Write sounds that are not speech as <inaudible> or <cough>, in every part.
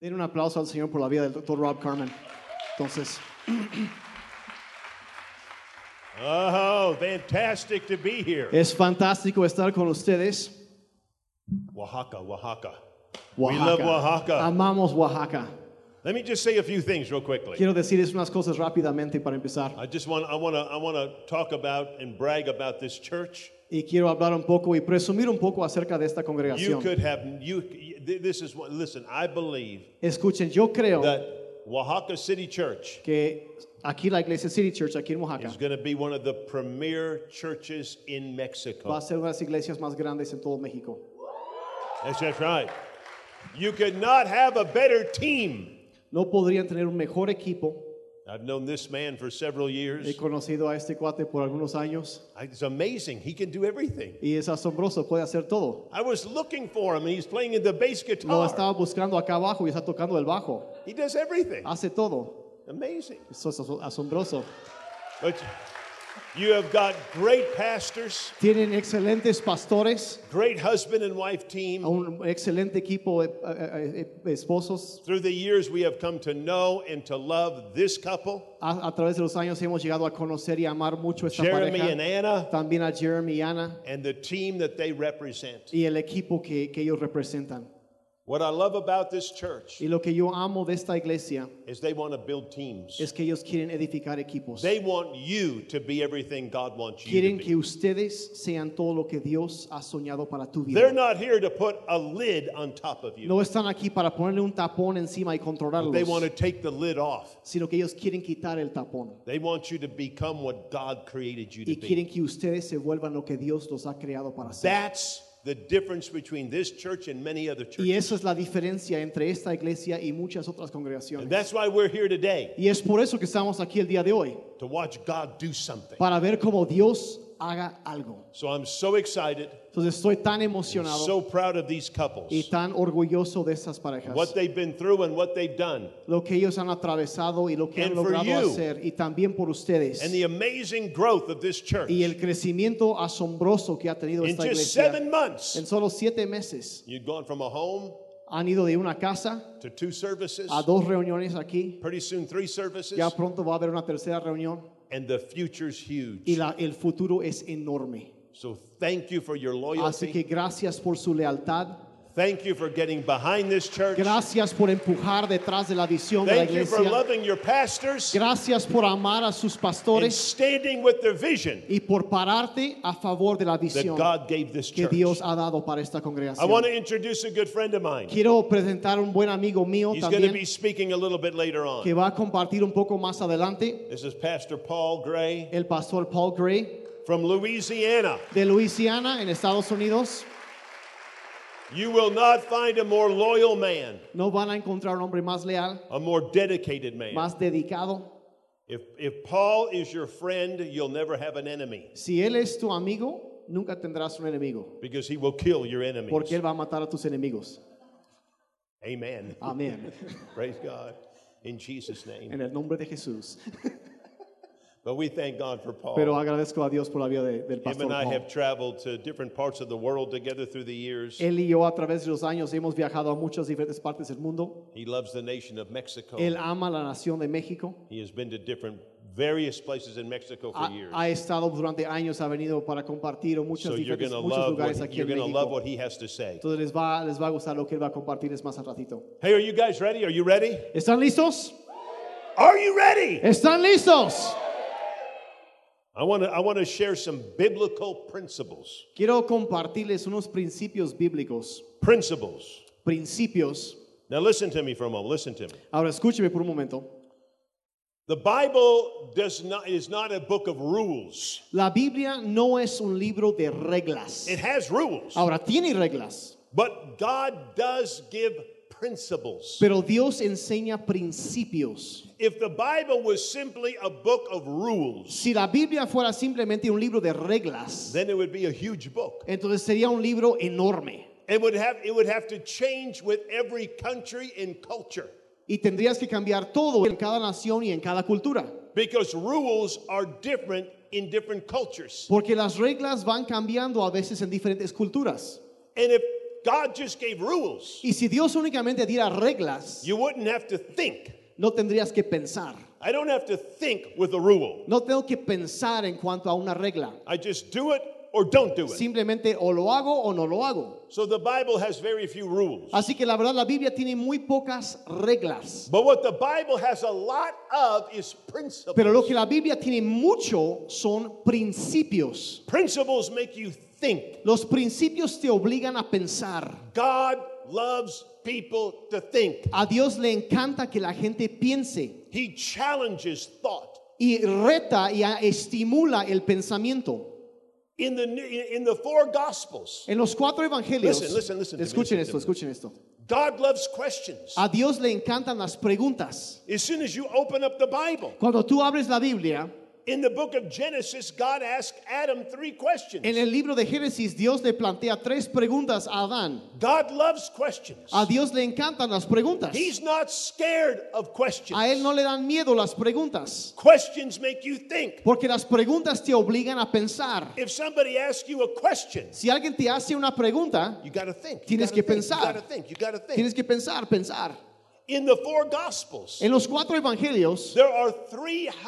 Den un aplauso al Señor por la vida del doctor Rob Carmen. Entonces, Oh, fantastic to be here. es fantástico estar con ustedes. Oaxaca, Oaxaca. Oaxaca. love Oaxaca. Amamos Oaxaca. Let me just say a few things real quickly. Quiero decirles unas cosas rápidamente para empezar. I just want I want to I want to talk about and brag about this church. Y quiero hablar un poco y presumir un poco acerca de esta You congregación. could have you th- this is what listen, I believe Escuchen, yo creo that Oaxaca City Church que aquí la iglesia City Church, aquí en Oaxaca, is going to be one of the premier churches in va Mexico. a ser una de las iglesias más grandes en todo México. That's just right. You could not have a better team. No podrían tener un mejor equipo. I've known this man for several He years. conocido a este cuate por algunos años I- It's amazing. He can do everything. y es asombroso, puede hacer todo. I was looking for him, and he's playing the bass Lo guitar. estaba buscando acá abajo y está tocando el bajo. He does everything. Hace todo. Amazing. Eso es aso- asombroso. But you have got great pastors, Tienen excelentes pastores, great husband and wife team. un excelente equipo de eh, eh, eh, esposos. Through the years, we have come to know and to love this couple, A, a través de los años hemos llegado a conocer y amar mucho esta Jeremy and pareja. Anna, También a Jeremy y Ana and the team that they represent. y el equipo que, que ellos representan. What I love about this church Y lo que yo amo de esta iglesia is they want to build teams. es que ellos quieren edificar equipos. They want you to be everything God wants you to Quieren que be. ustedes sean todo lo que Dios ha soñado para tu They're vida. not here to put a lid on top of you. No están aquí para ponerle un tapón encima y controlarlos, They want to take the lid off. sino que ellos quieren quitar el tapón They want you to become what God created you to y be. quieren que ustedes se vuelvan lo que Dios los ha creado para ser. That's the difference between this church and many other Y churches. esa es la diferencia entre esta iglesia y muchas otras And congregaciones. that's why we're here today Y es por eso que estamos aquí el día de hoy, to watch God do something. para ver cómo Dios haga algo. So I'm so excited, Entonces estoy tan emocionado so proud of these y couples, tan orgulloso de estas parejas. what they've been through and what they've done, lo que ellos han atravesado y lo que han And for logrado you. hacer y también por ustedes. and the amazing growth of this church. y el crecimiento asombroso que ha tenido In esta just iglesia. seven months, en solo siete meses you've gone from a home han ido de una casa to two services, a dos reuniones aquí. pretty soon three services, Ya pronto va a haber una tercera reunión and the future's y huge. la- el futuro es enorme. So thank you for your Así que loyalty. gracias por su lealtad. Thank you for getting behind this church. Gracias por empujar detrás de la visión de la Thank you for iglesia. loving your pastors Gracias por amar a sus and pastores standing with their vision y por pararte a favor de la that visión God gave this que church. Dios ha dado para esta I congregación. want to introduce a good friend of mine. Quiero presentar un buen amigo mío He's going to be también speaking a little bit later que on. va a compartir un poco más adelante, This is Pastor Paul Gray el pastor Paul Gray from Louisiana. de Luisiana en Estados Unidos. You will not find a more loyal man, No van a encontrar un hombre más leal, a more dedicated man. más dedicado. If, if Paul is your friend, you'll never have an enemy Si él es tu amigo, nunca tendrás un enemigo, because he will kill your porque enemies. él va a matar a tus <laughs> enemigos. Amen. <laughs> Amén. Praise God. In Jesus' name. En el nombre de Jesús. But we thank God for Pero Paul. agradezco a Dios por la vida de- del Oh. Him pastor and I Paul. have traveled to different parts of the world together through the years. Él y yo a través de los años hemos viajado a muchas diferentes partes del mundo. He loves the nation of Mexico. Él ama la nación de México. He has been to different, various places in Mexico for ha, years. ha estado durante años, ha venido para compartir en muchos, so you're going diferentes, to muchos love, lugares what, he- aquí you're en going to love México. what he has to say. Entonces les va, les va a gustar lo que él va a compartirles más al ratito. Hey, are you guys ready? Are you ready? ¿Están listos? Are you ready? ¿Están listos? I want to I want to share some biblical principles. Quiero compartirles unos principios bíblicos. Principles. Principios. Now listen to me for a moment. Listen to me. Ahora escúcheme por un momento. The Bible does not is not a book of rules. La Biblia no es un libro de reglas. It has rules, Ahora tiene reglas. but God does give principles. Pero Dios enseña principios. If the Bible was simply a book of rules, Si la Biblia fuera simplemente un libro de reglas, then it would be a huge book. entonces sería un libro enorme. It would have it would have to change with every country and culture Y tendrías que cambiar todo en cada nación y en cada cultura. because rules are different in different cultures. Porque las reglas van cambiando a veces en diferentes culturas. And if God just gave rules, Y si Dios únicamente diera reglas, you wouldn't have to think. no tendrías que pensar. I don't have to think with a rule. No tengo que pensar en cuanto a una regla. I just do it or don't do it. Simplemente o lo hago o no lo hago. So the Bible has very few rules. Así que la verdad la Biblia tiene muy pocas reglas. But what the Bible has a lot of is Pero lo principles. que la Biblia tiene mucho son principios. Principles make you think. Los principios te obligan a pensar. God loves people to think. A Dios le encanta que la gente piense He challenges thought. y reta y a- estimula el pensamiento. In the new- in the four gospels, En los cuatro evangelios, Listen, listen, listen to me, escuchen listen esto, to me. escuchen esto. God loves questions. A Dios le encantan las preguntas. As soon as you open up the Bible, Cuando tú abres la Biblia, in the book of Genesis, God asked Adam three en questions. el libro de Génesis, Dios le plantea tres preguntas a Adán. God loves questions. A Dios le encantan las preguntas. He's not scared of questions. A él no le dan miedo las preguntas, Questions make you think. porque las preguntas te obligan a pensar. If somebody asks you a question, Si alguien te hace una pregunta, you got to think. You Tienes gotta que think, pensar. You got to think. You got to think. tienes que pensar, pensar. In the four gospels, En los cuatro evangelios There are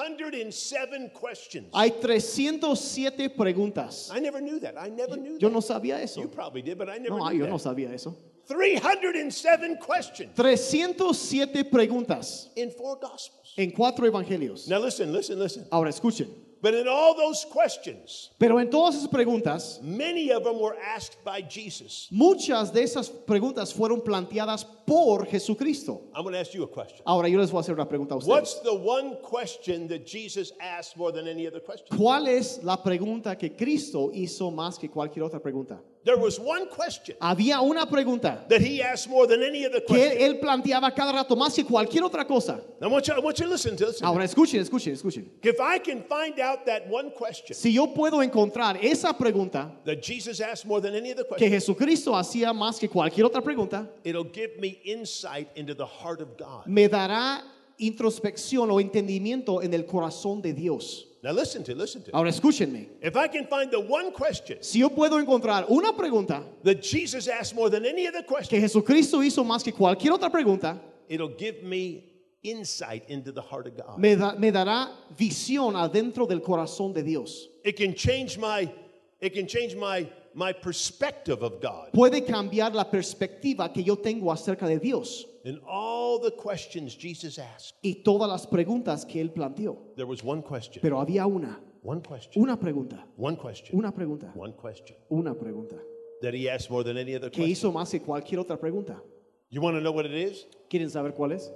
307 questions. hay 307 preguntas. I never knew that. I never knew Yo that. no sabía eso. You probably did, but I never No, ah, knew yo that. no sabía eso. 307 questions 307 preguntas in four gospels. en cuatro evangelios. Now listen, listen, listen. Ahora escuchen. But in all those questions, Pero en todas esas preguntas, many of them were asked by Jesus. muchas de esas preguntas fueron planteadas por Jesucristo. I'm going to ask you a question. Ahora yo les voy a hacer una pregunta a ustedes. What's the one question that Jesus asked more than any other question? ¿Cuál es la pregunta que Cristo hizo más que cualquier otra pregunta? There was one question Había una pregunta that he asked more than any other que él, question. él planteaba cada rato más que cualquier otra cosa. I want you, I want you to listen to this. Ahora escuchen, escuchen, escuchen. If I can find out that one question Si yo puedo encontrar esa pregunta that Jesus asked more than any other que question, Jesucristo hacía más que cualquier otra pregunta, It'll give me insight into the heart of God. me dará introspección o entendimiento en el corazón de Dios. Now listen to listen to. Ahora escúchenme. If I can find the one question Si yo puedo encontrar una pregunta that Jesus asked more than any other que question, Jesucristo hizo más que cualquier otra pregunta, it'll give me insight into the heart of God. me, da- me dará visión adentro del corazón de Dios. It can change my it can change my my perspective of God. Puede cambiar la perspectiva que yo tengo acerca de Dios In all the questions Jesus asked, y todas las preguntas que él planteó. there was one question. Pero había una, One question. una pregunta, One question. una pregunta, One question una pregunta that he asked more than any other que hizo question. más que cualquier otra pregunta. You want to know what it is? ¿Quieren saber cuál es?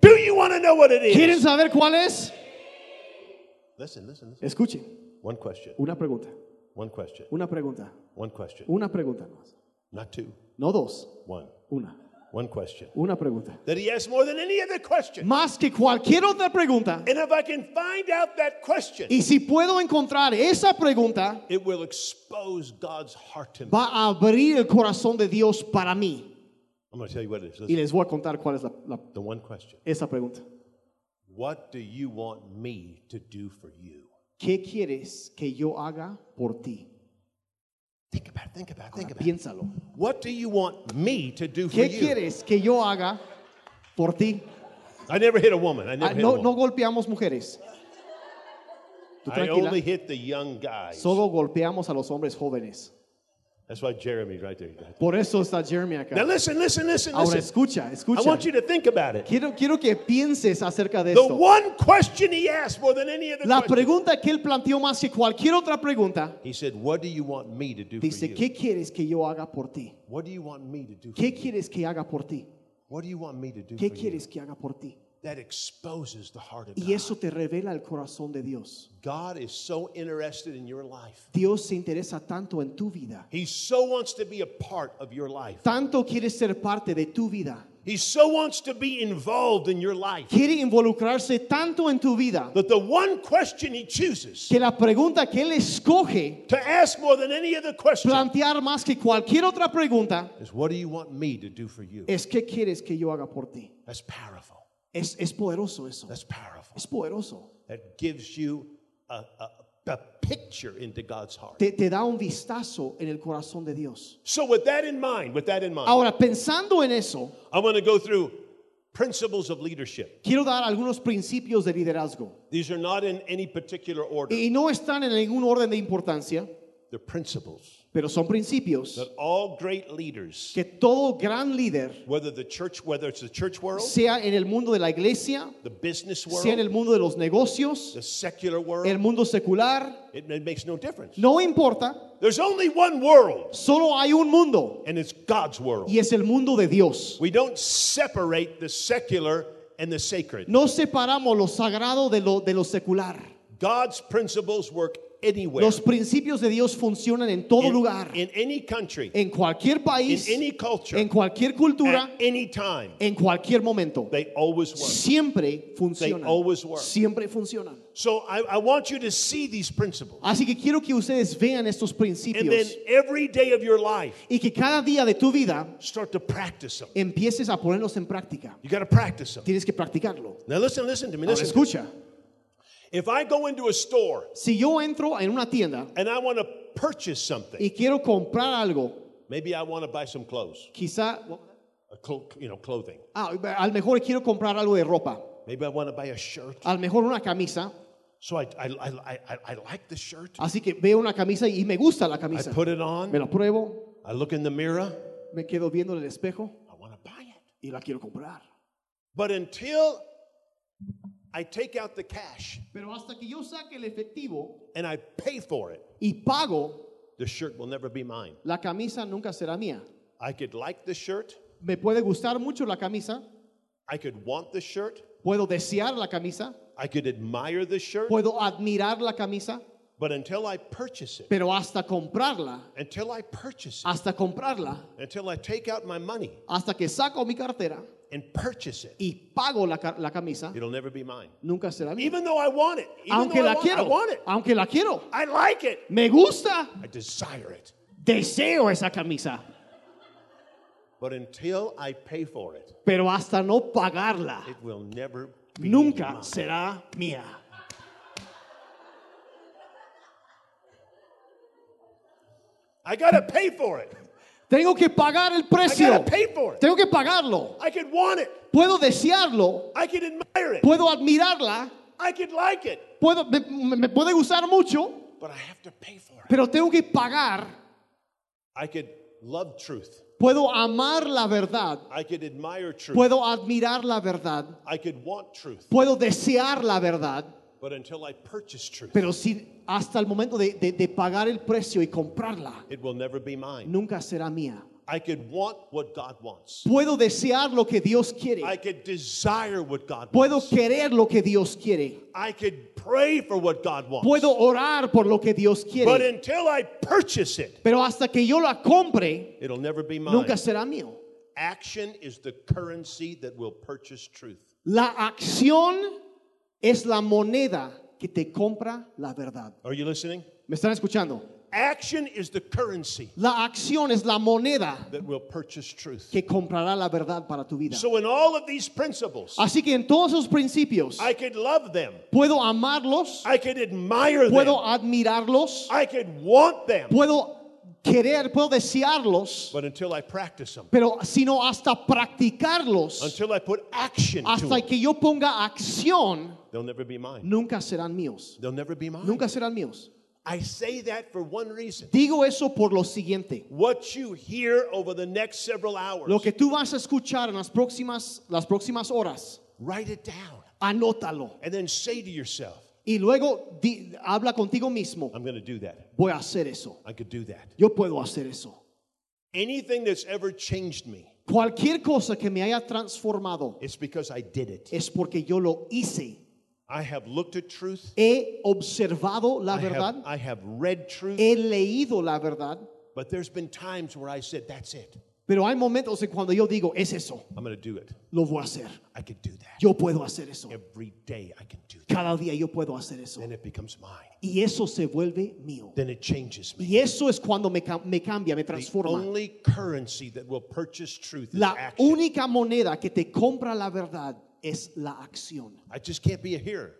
Do you want to know what it ¿Quieren is? saber cuál es? Listen, listen, listen. Escuchen, One question. una pregunta, One question. una pregunta, One question. una pregunta más. Not two. No dos, One. una, One question. una pregunta. That he asked more than any other question. Más que cualquier otra pregunta. And if I can find out that question, Y si puedo encontrar esa pregunta, it will expose God's heart to me. va a abrir el corazón de Dios para mí. I'm going to tell you what it is. Y Listen, les voy a contar cuál es la- la- the one question. esa pregunta. What do you want me to do for you? ¿Qué quieres que yo haga por ti? Think about it. Think about it. Think about it. Piénsalo. What do you want me to do for ¿Qué you? quieres que yo haga por ti? I never hit a woman. I never Ah, hit no, a no woman. golpeamos mujeres. Tú I tranquila. only hit the young guys. Solo golpeamos a los hombres jóvenes. That's why Jeremy right there. Por eso está Jeremy Now acá. listen, listen, listen, Ahora listen. escucha, I escucha. want you to think about it. Quiero, quiero que pienses acerca de The esto. one question he asked more than any other La question. pregunta que él planteó más que cualquier otra pregunta He said, What do you want me to do for dice, you? ¿qué quieres que yo haga por ti? What do you want me to do for ¿Qué you? quieres que haga por ti? What do you want me to do ¿Qué for you? quieres que haga por ti? That exposes the heart of Y God. eso te revela el corazón de Dios. God is so interested in your life. Dios se interesa tanto en tu vida. He so wants to be a part of your life. Tanto quiere ser parte de tu vida. He so wants to be involved in your life Quiere involucrarse tanto en tu vida that the one question he chooses que la pregunta que Él escoge to ask more than any other question plantear más que cualquier otra pregunta is, What do you want me to do for you? es ¿qué quieres que yo haga por ti? That's powerful. Es, es poderoso eso. That's powerful. Es poderoso. That gives you a, a a picture into God's heart. te, te da un vistazo en el corazón de Dios. So, with that in mind, with that in mind, Ahora, pensando en eso, I want to go through principles of leadership. quiero dar algunos principios de liderazgo. These are not in any particular order, Y no están en ningún orden de importancia, they're principles pero son principios that all great leaders, que todo gran líder, whether the church, whether it's the church world, sea en el mundo de la iglesia, the business sea en el world, mundo de los negocios, the secular el world, mundo secular, it, it makes no difference. no importa, There's only one world, solo hay un mundo and it's God's world. y es el mundo de Dios. We don't separate the secular and the sacred. No separamos lo sagrado de lo, de lo secular. God's principles work anywhere, Los principios de Dios funcionan en todo in, lugar, in any country, en cualquier in país, any culture, en cualquier at cultura, any time. en cualquier momento. They always work. Siempre funcionan. always work. Siempre funcionan. So I, I want you to see these principles. Así que quiero que ustedes vean estos And then principios every day of your life, y que cada día de tu vida start to practice them. empieces a ponerlos en práctica. You got to practice them. Tienes que practicarlo. Now listen, listen to me. Ahora Listen. escucha, If I go into a store si yo entro en una tienda and I want to purchase something, y quiero comprar algo, maybe I want to buy some clothes, quizá, a clo- you know, clothing. ah, a lo mejor quiero comprar algo de ropa, Maybe I want to buy a shirt. a lo mejor una camisa, So I, I, I, I, I like the shirt. así que veo una camisa y me gusta la I camisa. put it on. Me la pruebo, I look in the mirror. me quedo viendo en el espejo I want to buy it. y la quiero comprar. But until I take out the cash Pero hasta que yo saque el efectivo and I pay for it, y pago, the shirt will never be mine. la camisa nunca será mía. I could like the shirt. Me puede gustar mucho la camisa, I could want the shirt. puedo desear la camisa, I could admire the shirt. puedo admirar la camisa, But until I purchase it, pero hasta comprarla, until I purchase it, hasta comprarla, until I take out my money hasta que saco mi cartera and purchase it, y pago la, ca- la camisa, it'll never be mine. nunca será mía. Even though I want it, even Aunque though la I want, I quiero, want it, aunque la quiero, I like it, me gusta, I desire it. deseo esa camisa, But until I pay for it, pero hasta no pagarla. it will never be nunca mine. será mía. I gotta pay for it. Tengo que pagar el precio. I gotta pay for it. Tengo que pagarlo. I could want it. Puedo desearlo, I could admire it. puedo admirarla, I could like it. puedo, me, me- me puede gustar mucho, But I have to pay for it. pero tengo que pagar. I could love truth. Puedo amar la verdad, I could admire truth. puedo admirar la verdad, I could want truth. puedo desear la verdad, But until I purchase truth, pero si hasta el momento de, de- de pagar el precio y comprarla, it will never be mine. nunca será mía. I could want what God wants. Puedo desear lo que Dios I quiere, could desire what God puedo wants. querer lo que Dios quiere, I could pray for what God wants. puedo orar por lo que Dios But quiere. until I purchase it, Pero hasta que yo la compre, it'll never be mine. nunca será mío. Action is the currency that will purchase truth. La acción es la moneda que te compra la verdad. Are you listening? ¿Me están escuchando? Action is the currency La acción es la moneda that will purchase truth. que comprará la verdad para tu vida. So, in all of these principles, Así que en todos esos principios, I could love them, puedo amarlos, I could admire them, puedo admirarlos, I could want them. puedo querer, puedo desearlos, But until I practice them, pero sino hasta practicarlos, until I put action to hasta them, que yo ponga acción, they'll never be mine. nunca serán míos. They'll never be mine. Nunca serán míos. I say that for one reason. Digo eso por lo siguiente. What you hear over the next several hours, Lo que tú vas a escuchar en las próximas, las próximas horas, write it down anótalo. and then say to yourself, Y luego di- habla contigo mismo. I'm going to do that. Voy a hacer eso. I could do that. Yo puedo hacer eso. Anything that's ever changed me, Cualquier cosa que me haya transformado it's because I did it. es porque yo lo hice. I have looked at truth. He observado la I have, verdad. I have read truth. He leído la verdad. But there's been times where I said, that's it. Pero hay momentos en cuando yo digo, es eso. I'm going to do it. Lo voy a hacer. I could do that. Yo puedo hacer eso. Every day I can do that. Cada día yo puedo hacer eso. Then it becomes mine. Y eso se vuelve mío. Then it changes me. Y eso es cuando me, cam- me cambia, me The transforma. only currency that will purchase truth is La action. única moneda que te compra la verdad es la acción. I just can't be a hearer.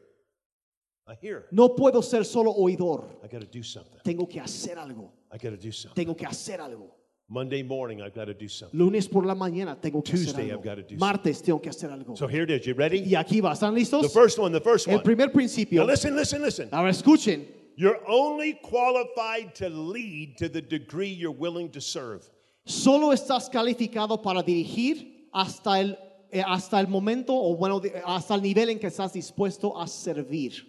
a hearer. No puedo ser solo oidor. I got to do something. Tengo que hacer algo. I got to do something. Tengo que hacer algo. Monday morning, I've got to do something. Lunes por la mañana tengo que Tuesday, hacer I've gotta algo. do Martes tengo que hacer algo. So here it is. You ready? y aquí va. ¿Están The listos? first one, the first El one. primer Now principio. listen, listen, listen. Ahora escuchen. You're only qualified to lead to the degree you're willing to serve. Solo estás calificado para dirigir hasta el, eh, hasta el momento o bueno, de- hasta el nivel en que estás dispuesto a servir.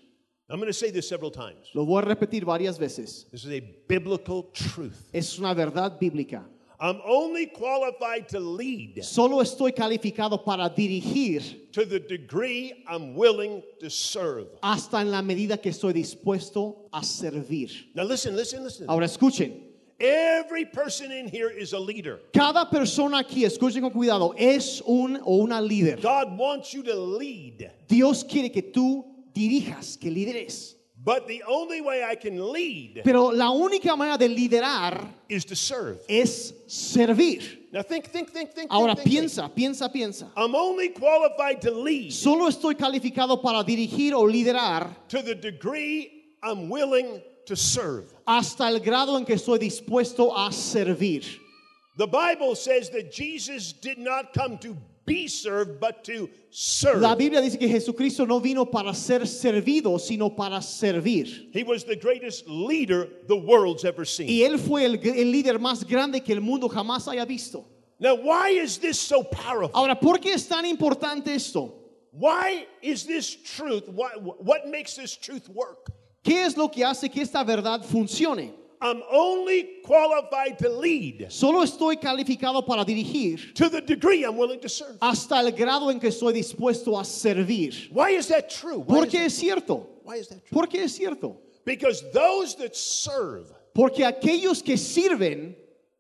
I'm going to say this several times. Lo voy a repetir varias veces. This is a biblical truth. Es una verdad bíblica. I'm only qualified to lead Solo estoy calificado para dirigir to the degree I'm willing to serve. hasta en la medida que estoy dispuesto a servir. Now listen, listen, listen. Ahora escuchen. Every person in here is a leader. Cada persona aquí, escuchen con cuidado, es un o una líder. God wants you to lead. Dios quiere que tú dirijas, que lideres. But the only way I can lead Pero la única manera de liderar is to serve. es servir. Now think, think, think, think. Ahora think, think, think. piensa, piensa, piensa. I'm only qualified to lead Solo estoy calificado para dirigir o liderar to the degree I'm willing to serve. hasta el grado en que estoy dispuesto a servir. The Bible says that Jesus did not come to be served, but to serve. La Biblia dice que Jesucristo no vino para ser servido, sino para servir. He was the greatest leader the world's ever seen. Y él fue el- el líder más grande que el mundo jamás haya visto. Now, why is this so powerful? Ahora, ¿por qué es tan importante esto? Why is this truth? Why, what makes this truth work? ¿Qué es lo que hace que esta verdad funcione? I'm only qualified to lead Solo estoy calificado para dirigir to the degree I'm willing to serve. hasta el grado en que estoy dispuesto a servir. Why is that true? Why ¿Por is qué that- es cierto? why is that true? ¿Por qué es cierto? Because those that serve, Porque aquellos que sirven,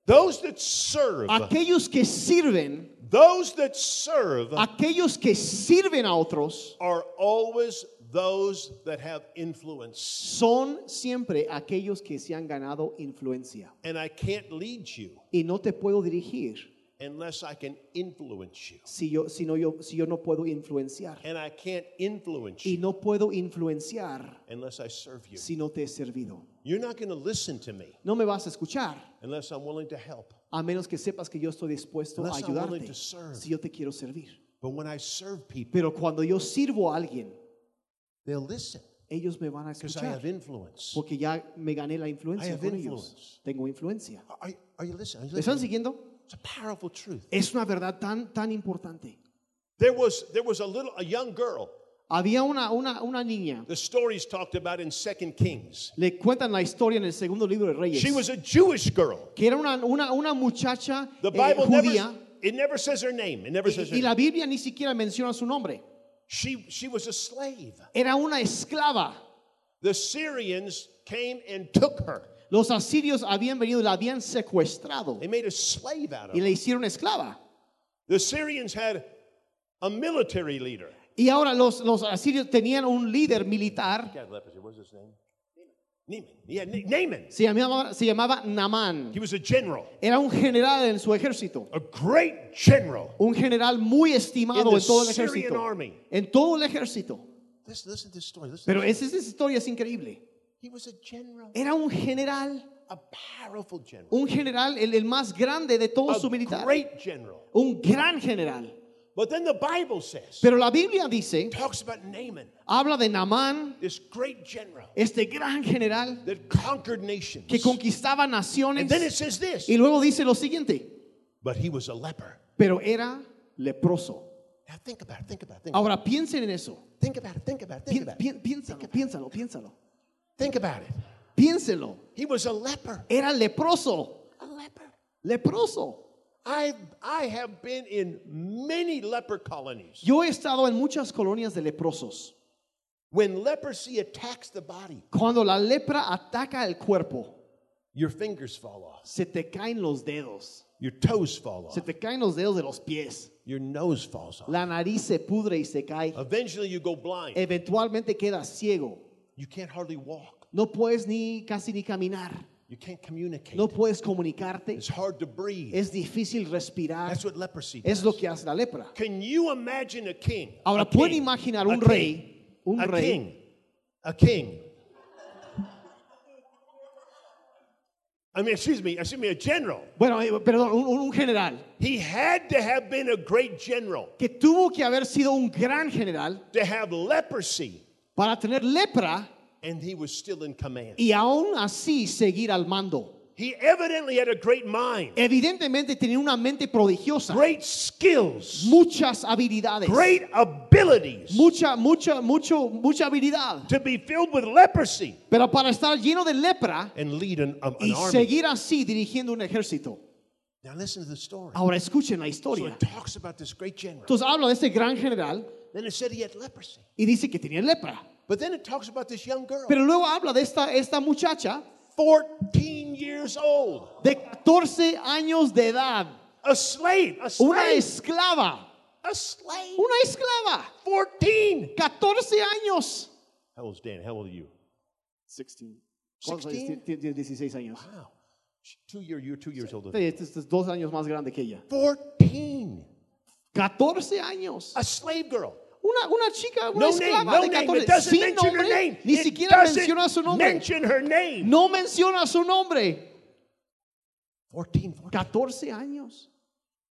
those that serve, aquellos que sirven, those that serve aquellos que sirven a otros, are always those that have influence. son siempre aquellos que se han ganado influencia. And I can't lead you Y no te puedo dirigir unless I can influence you. si yo, si no yo, si yo no puedo influenciar. And I can't influence Y you no puedo influenciar unless I serve you. si no te he servido. You're not going to listen to me No me vas a escuchar unless I'm willing to help. a menos que sepas que yo estoy dispuesto a Unless I'm willing ayudarte to serve. si yo te quiero servir. But when I serve people, Pero cuando yo sirvo a alguien, they'll listen ellos me van a because I have escuchar influence. porque ya me gané la I influencia have con ellos. influence. Tengo influencia. Are, are you listening? Are you ¿Me están listening? siguiendo? It's a powerful truth. Es una verdad tan, tan importante. There was there was a little a young girl. Había una, una, una niña, The story's talked about in Second Kings. le cuentan la historia en el segundo libro de Reyes, She was a Jewish girl. que era una, una, una muchacha The eh, Bible never judía it never says her name. It never says y, her y la name. Biblia ni siquiera menciona su nombre. She she was a slave. Era una esclava. The Syrians came and took her. Los asirios habían venido y la habían secuestrado They made a slave out of y her. la hicieron esclava. The Syrians had a military leader. Y ahora los, los asirios tenían un líder militar, Got leprosy. What was his name? Naaman. Yeah, Na- Naaman. se llamaba, se llamaba Naamán. He was a general, Era un general en su ejército, a great general. un general muy In estimado the en todo el Syrian ejército. army. En todo el ejército. Listen, listen to this story. Listen. Pero esa, esa historia es increíble. He was a general, Era un general, a powerful general, un general, el, el más grande de todo su a militar. great general. Un gran general. But then the Bible says, Pero la Biblia dice, talks about Naaman, habla de Naamán, this great general este gran general that conquered nations. que conquistaba naciones. And then it says this, Y luego dice lo siguiente, but he was a leper. pero era leproso. Now think about it, think about it, think about it, Ahora piensen en eso. think about it, think about it, think Pi- about it, pi- piénsalo, piénsalo, piénsalo. think about it. Piénselo. He was a leper, Era leproso, a leper. leproso. I, I have been in many leper colonies. Yo he estado en muchas colonias de leprosos. When leprosy attacks the body, Cuando la lepra ataca el cuerpo, your fingers fall off, se te caen los dedos, your toes fall se off, te caen los dedos de los pies, your nose falls off. la nariz se pudre y se cae. Eventually, you go blind. Eventualmente quedas ciego. You can't hardly walk. No puedes ni casi ni caminar. You can't communicate. No puedes comunicarte. It's hard to breathe. Es difícil respirar. That's what leprosy does. Es lo que hace la lepra. Can you imagine a king? Ahora a pueden king, imaginar a un king, rey, un a rey, king, a king. I mean, excuse me, excuse me, a general. Bueno, eh, perdón, un, un general He had to have been a great general que tuvo que haber sido un gran general to have leprosy, para tener lepra and he was still in command. y aún así seguir al mando. He evidently had a great mind, Evidentemente tenía una mente prodigiosa, great skills, muchas habilidades, great abilities mucha, mucha, mucho, mucha habilidad. to be filled with leprosy Pero para estar lleno de lepra and lead an, a- an y army. seguir así dirigiendo un ejército. Now, listen to the story. Ahora escuchen la So historia. it talks about this great general. Entonces habla de este gran general Then it said he had leprosy. y dice que tenía lepra. But then it talks about this young girl, Pero luego habla de esta, esta muchacha 14 years old, de 14 años de edad, a slave, a una slave, esclava, a slave, una esclava, 14. 14 años. How old's Dan? How old are you? 16. 16? Tiene 16 años. Wow. She- Two year, you're two years older. Sí, Este este es dos años más grande que ella. 14. 14 años. A slave girl. Una, una chica, una No name, esclava no de name. 14 It doesn't sin mention her nombre, name. ni It siquiera doesn't menciona su nombre. Mention her name. No menciona su nombre. 14, 14. 14 años.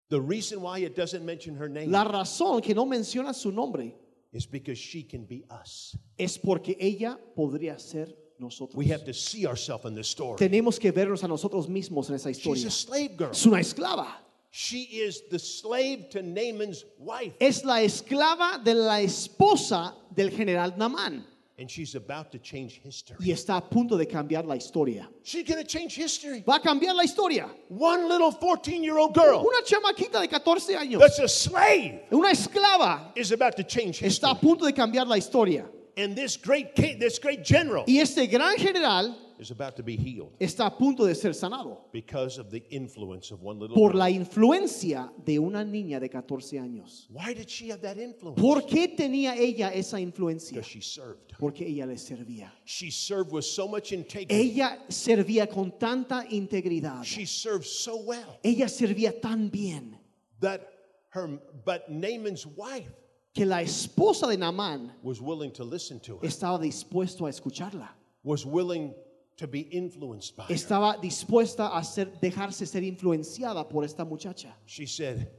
The reason why it doesn't mention her name La razón que no menciona su nombre is because she can be us. es porque ella podría ser nosotros. We have to see ourselves in this story. Tenemos que vernos a nosotros mismos en esa She's historia. a slave girl. Es una esclava. She is the slave to Naaman's wife, Es la esclava de la esposa del general Namán. and she's about to change history. Y está a punto de cambiar la historia. She's going to change history. Va a cambiar la historia. One little 14 year old girl Una chamaquita de 14 años, that's a slave una esclava, is about to change está history. a punto de cambiar la historia. And this great king, this great general Y este gran general is about to be healed está a punto de ser sanado because of the influence of one little por girl. la influencia de una niña de 14 años. Why did she have that influence? ¿Por qué tenía ella esa influencia? Because she served. Porque ella le servía. She served with so much integrity. Ella servía con tanta integridad. She served so well Ella servía tan bien that her, but Naaman's wife que la esposa de Naamán was willing to listen to her, estaba dispuesto a escucharla. was willing to be influenced by her. Estaba dispuesta a ser- dejarse ser influenciada por esta muchacha. She said,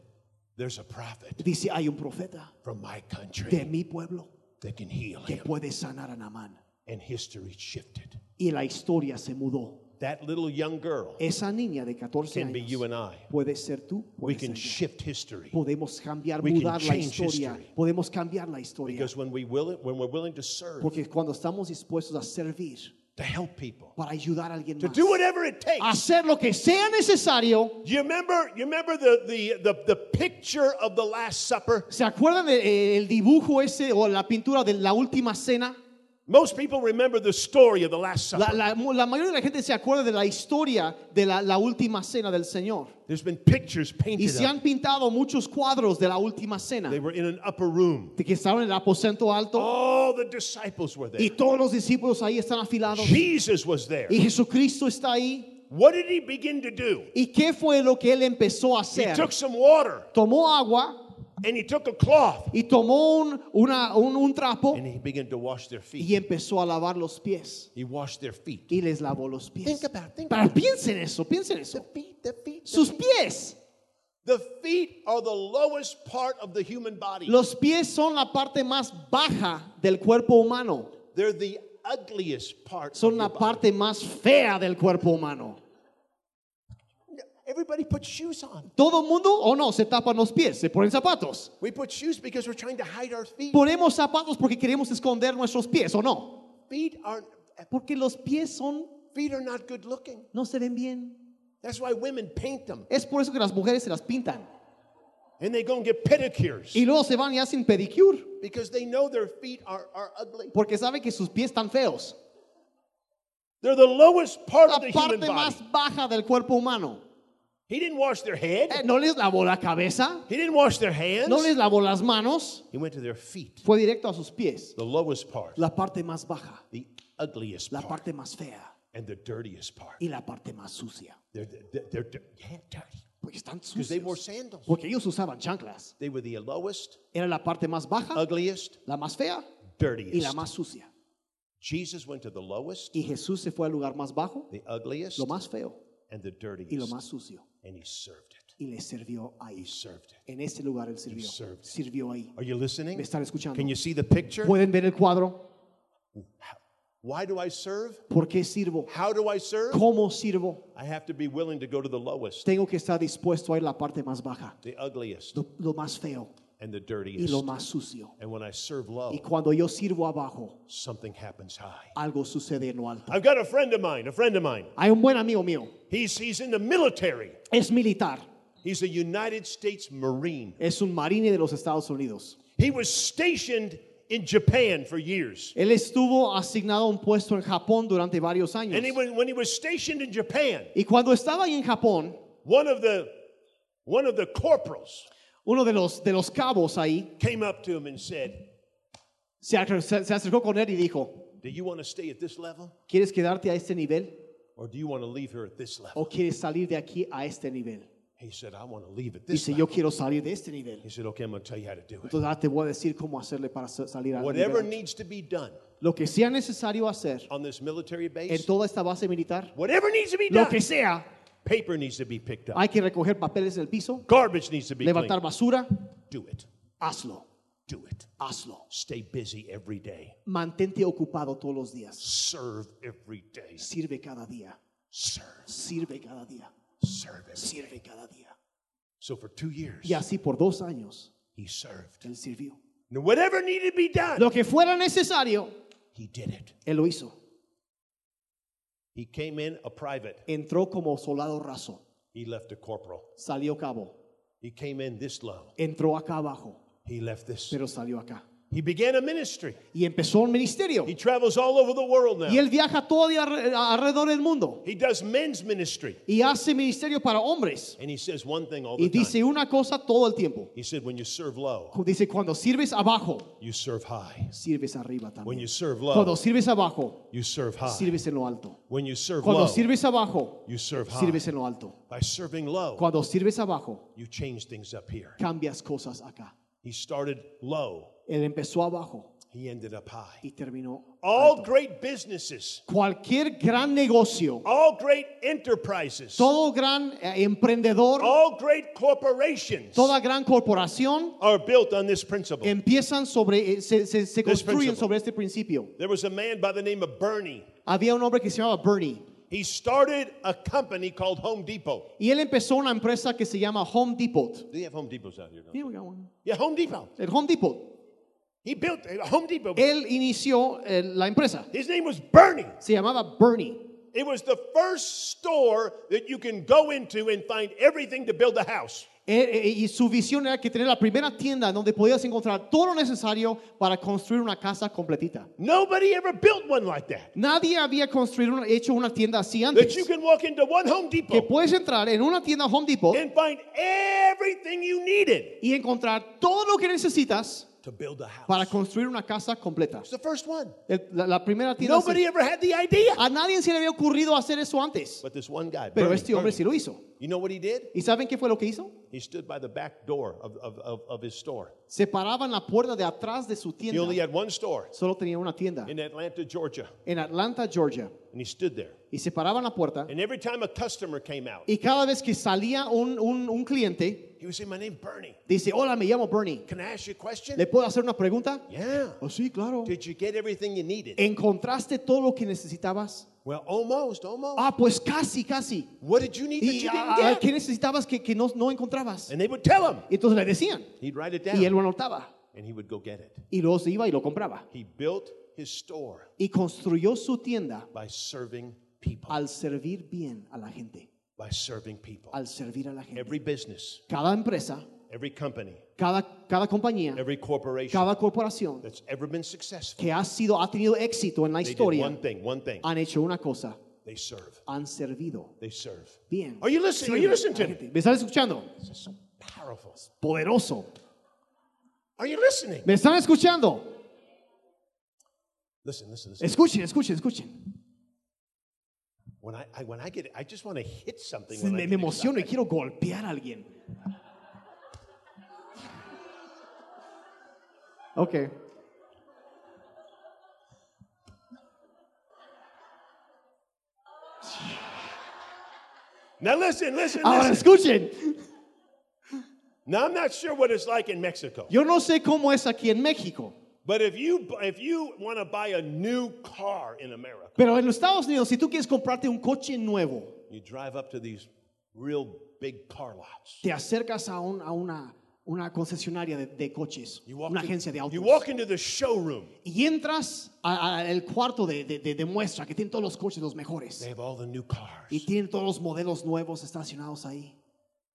There's a prophet Dice, hay un profeta from my de country mi pueblo that can heal que him. puede sanar a Naamán. And history shifted. Y la historia se mudó. That little young girl Esa niña de 14 can be you años and I. puede ser tú, We puede can ser yo. shift history. Podemos cambiar, we can mudar la change historia. history. Podemos cambiar la historia. Because when, we will, when we're willing to serve, Porque cuando estamos dispuestos a servir to help people, para ayudar a alguien to más, do whatever it takes. hacer lo que sea necesario. You remember, you remember the, the, the, the picture of the Last Supper? ¿Se acuerdan del dibujo ese o la pintura de la última cena? Most people remember the story of the Last Supper. La, la- la mayoría de la gente se acuerda de la historia de la, la última cena del Señor. There's been pictures Y painted. se Up. han pintado muchos cuadros de la última cena, They Oh, were in an upper room. de que estaban en el aposento alto All the disciples were there. y todos los discípulos ahí están afilados. Jesus was there. Y Jesucristo está ahí. What did he begin to do? ¿Y qué fue lo que él empezó a He hacer? took some water Tomó agua and he took a cloth y tomó un, una- un- un trapo and he began to wash their y feet. empezó a lavar los pies He washed their feet. y les lavó los pies. Think about- think Pero piensen eso, piensen eso. feet, the feet. Sus pies. The feet are the lowest part of the human body. Los pies son la parte más baja del cuerpo humano. They're the ugliest part. Son of la your body. parte más fea del cuerpo humano. Everybody puts shoes on. Todo mundo o no se tapan los pies, se ponen zapatos. We put shoes because we're trying to hide our feet. Ponemos zapatos porque queremos esconder nuestros pies o no. Feet aren't Porque los pies son feet are not good looking. no se ven bien. That's why women paint them Es por eso que las mujeres se las pintan and they go and get pedicures y luego se van y hacen pedicure because they know their feet are, are ugly. porque saben que sus pies están feos. They're the lowest part La of the human parte body. más baja del cuerpo humano. He didn't wash their head. Eh, no les lavó la cabeza, He didn't wash their hands. no les lavó las manos, He went to their feet, fue directo a sus pies. the lowest part, La parte más baja, the ugliest la part, parte más fea and the dirtiest part. y la parte más sucia. They're, they're, they're, they're yeah, dirty Porque están because they wore sucios. sandals. Porque ellos usaban chanclas. They were the lowest, Era la parte más baja, ugliest, la más fea dirtiest. y la más sucia. Jesus went to the lowest, Y Jesús se fue al lugar más bajo, the ugliest, lo más feo and the y lo dirtiest, más sucio. and he served it. Y le sirvió ahí. He served it. En ese lugar él sirvió. served. Sirvió ahí. Are you listening? Me están escuchando. Can you see the picture? ¿Pueden ver el cuadro? Why do I serve? ¿Por qué sirvo? How do I serve? ¿Cómo sirvo? I have to be willing to go to the lowest, Tengo que estar dispuesto a ir a la parte más baja, the ugliest, lo, lo más feo and the y dirtiest. lo más sucio. And when I serve Y low, cuando yo sirvo abajo, something happens high. algo sucede en lo alto. I've got a friend of mine, a friend of mine. Hay un buen amigo mío, He's, he's in the military. es militar, He's a United States Marine. es un marine de los Estados Unidos. He was stationed in Japan for years. Él estuvo asignado a un puesto en Japón durante varios años. And he, when when he was stationed in Japan, Y cuando estaba ahí en Japón, one of the, one of the corporals uno de los, de los cabos ahí came up to him and said, se, acer- se- se acercó con él y dijo, Do you want to stay at this level ¿quieres quedarte a este nivel or do you want to leave here at this level? o quieres salir de aquí a este nivel? He said, I want to leave at this Dice, level. yo quiero salir de este nivel. He said, Okay, I'm going to tell you how to do it. Entonces ahora te voy a decir cómo hacerle para sa- salir al nivel Whatever alto. needs to be done Lo que sea necesario hacer on this military en base, toda esta base militar, whatever needs to be lo done, que sea, paper needs to be picked up, hay que recoger papeles del piso, garbage needs to be levantar cleaned. basura, Do it. hazlo, Do it. hazlo. Stay busy every day. Mantente ocupado todos los días. Serve every day. Sirve cada día, Serve. sirve cada día, Serve every sirve cada día. So for two years, Y así por dos años, he served. él sirvió. And whatever needed to be done, Lo que fuera necesario, he did it. él lo hizo. He came in a private. Entró como soldado raso, He left a corporal. salió cabo, He came in this low. entró acá abajo, He left this. pero salió acá. He began a ministry. Y empezó un ministerio. He travels all over the world Y now. él viaja todo de alre- alrededor del mundo He does men's ministry. y hace ministerio para hombres. And he says one thing all Y the time. dice una cosa todo el tiempo. He said, when you serve low, Dice, cuando sirves abajo, you serve high. sirves arriba When también. you serve Cuando low, sirves abajo, you serve high. sirves en lo alto. When you serve Cuando low, sirves abajo, you serve high. sirves en lo alto. By serving low, Cuando sirves abajo, you change things up here. cambias cosas acá. He started low, Él empezó abajo he ended up high. y terminó. All great businesses, Cualquier gran negocio, all great enterprises, todo gran eh, emprendedor, all great corporations toda gran corporación are built on this principle. empiezan sobre, eh, se, se- se construyen principle. sobre este principio. There was a man by the name of Bernie. Había un hombre que se llamaba Bernie He started a company called Home Depot. y él empezó una empresa que se llama Home Depot. Do you have Home Depots out here? don't Here we got one. you? Yeah, Home Depot. El Home Depot. He built a Home Depot. Él inició eh, la empresa. His name was Bernie. Se llamaba Bernie. It was the first store that you can go into and find everything to build a house. Eh, eh, y su visión era que tener la primera tienda donde podías encontrar todo lo necesario para construir una casa completita. Nobody ever built one like that. Nadie había construido, una- hecho una tienda así That you antes. can walk into one Home Que Depot puedes entrar en una tienda Home Depot and find everything you needed y encontrar todo lo que necesitas to build a house. para construir una casa completa. It's the first one. El- la, la primera tienda. así. Nobody ever had the idea. A nadie se le había ocurrido hacer eso antes. But this one guy, Pero Bernie, este hombre Bernie, sí lo hizo. you know what he did? ¿Y saben qué fue lo que hizo? He stood by the back door of, of, of, of his store. Se paraba en la puerta de atrás de su He only tienda. had one store Solo tenía una tienda in Atlanta, Georgia. en Atlanta, Georgia. And he stood there. Y se paraba en la puerta. And every time a customer came out, Y cada vez que salía un, un- un cliente, he would say, My name's Bernie. dice, hola, me llamo Bernie. Can I ask you a question? ¿Le puedo hacer una pregunta? Yeah. Oh, sí, claro. Did you get everything you Eh. needed? ¿Encontraste todo lo que necesitabas? Well, almost, almost. Ah, pues casi, casi. What did you need that ¿Y you ah, didn't ah, get? qué necesitabas que, que no, no encontrabas? And they would tell him. Y Entonces le decían. He'd write it Y él down lo anotaba. and he would go get it. Y luego se iba y lo compraba. He built his store Y construyó su tienda by serving people. al servir bien a la gente, By serving people. al servir a la gente. Every business, cada empresa, every company, cada, cada compañía, every corporation cada corporación that's ever been successful, que ha sido ha tenido éxito en la they did historia one thing, one thing. han hecho una cosa, They serve. han servido They serve. bien. Are you listening? Are you listening A to la me? gente. ¿Me están escuchando? This is so powerful. Poderoso. Are you listening? ¿Me están escuchando? Listen, listen, listen. Escuchen, escuchen, escuchen. When I, I when I get, I just want to hit something. Se- When I Me, get me emociono y excited. quiero golpear a alguien. Ok. Now listen, listen, <laughs> Ahora listen. escuchen, Now I'm not sure what it's like in Mexico, yo no sé cómo es aquí en México, but if you if you want to buy a new car in America, pero en los Estados Unidos, si tú quieres comprarte un coche nuevo, you drive up to these real big car lots. te acercas a, un- a una, una concesionaria de, de coches, You walk una in- agencia de autos, You walk into the showroom. y entras a- a- al cuarto de, de- de- de muestra que tienen todos los coches los They mejores have all the new cars, y tienen todos los modelos nuevos estacionados ahí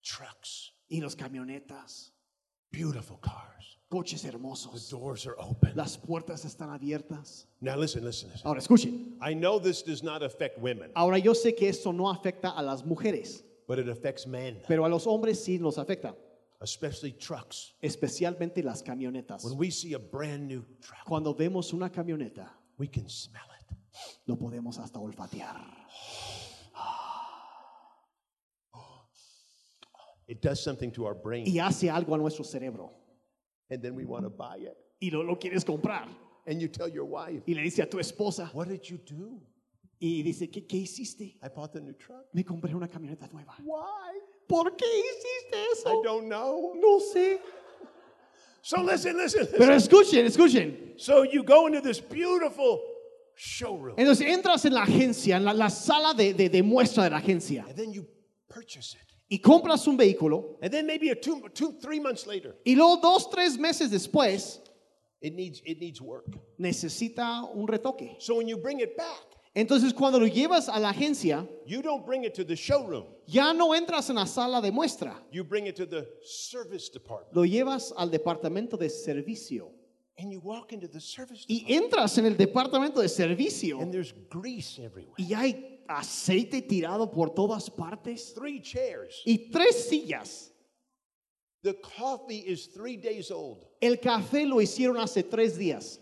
trucks, y los camionetas, beautiful cars. coches The hermosos, doors are open. las puertas están abiertas. Now listen, listen, listen. Ahora escuchen, I know this does not affect women, ahora yo sé que esto no afecta a las mujeres, but it affects men, pero a los hombres sí nos afecta, especially trucks. especialmente las camionetas. When we see a brand new truck, Cuando vemos una camioneta, we can smell it. lo podemos hasta olfatear. It does something to our brain, Y hace algo a nuestro cerebro. and then we want to buy it. Y lo, lo quieres comprar. And you tell your wife, Y le dice a tu esposa. "What did you do? Y dice, ¿qué, qué hiciste? I bought the new truck. Me compré una camioneta nueva. Why? ¿Por qué hiciste I eso? don't know." No sé. So listen, listen. listen. Pero escuchen, escuchen. So you go into this beautiful showroom, Entonces entras en la agencia, en la, la sala de, de- de muestra de la agencia. and then you purchase it. Y compras un vehículo. And then maybe a two, two, three months later, Y luego dos, tres meses después, it needs it needs work. necesita un retoque. So when you bring it back, Entonces cuando lo llevas a la agencia, you don't bring it to the showroom. ya no entras en la sala de muestra. You bring it to the service department, lo llevas al departamento de servicio and you walk into the service, department, y entras en el departamento de servicio and there's grease everywhere. y hay aceite tirado por todas partes Three chairs. y tres sillas. The coffee is three days old. El café lo hicieron hace tres días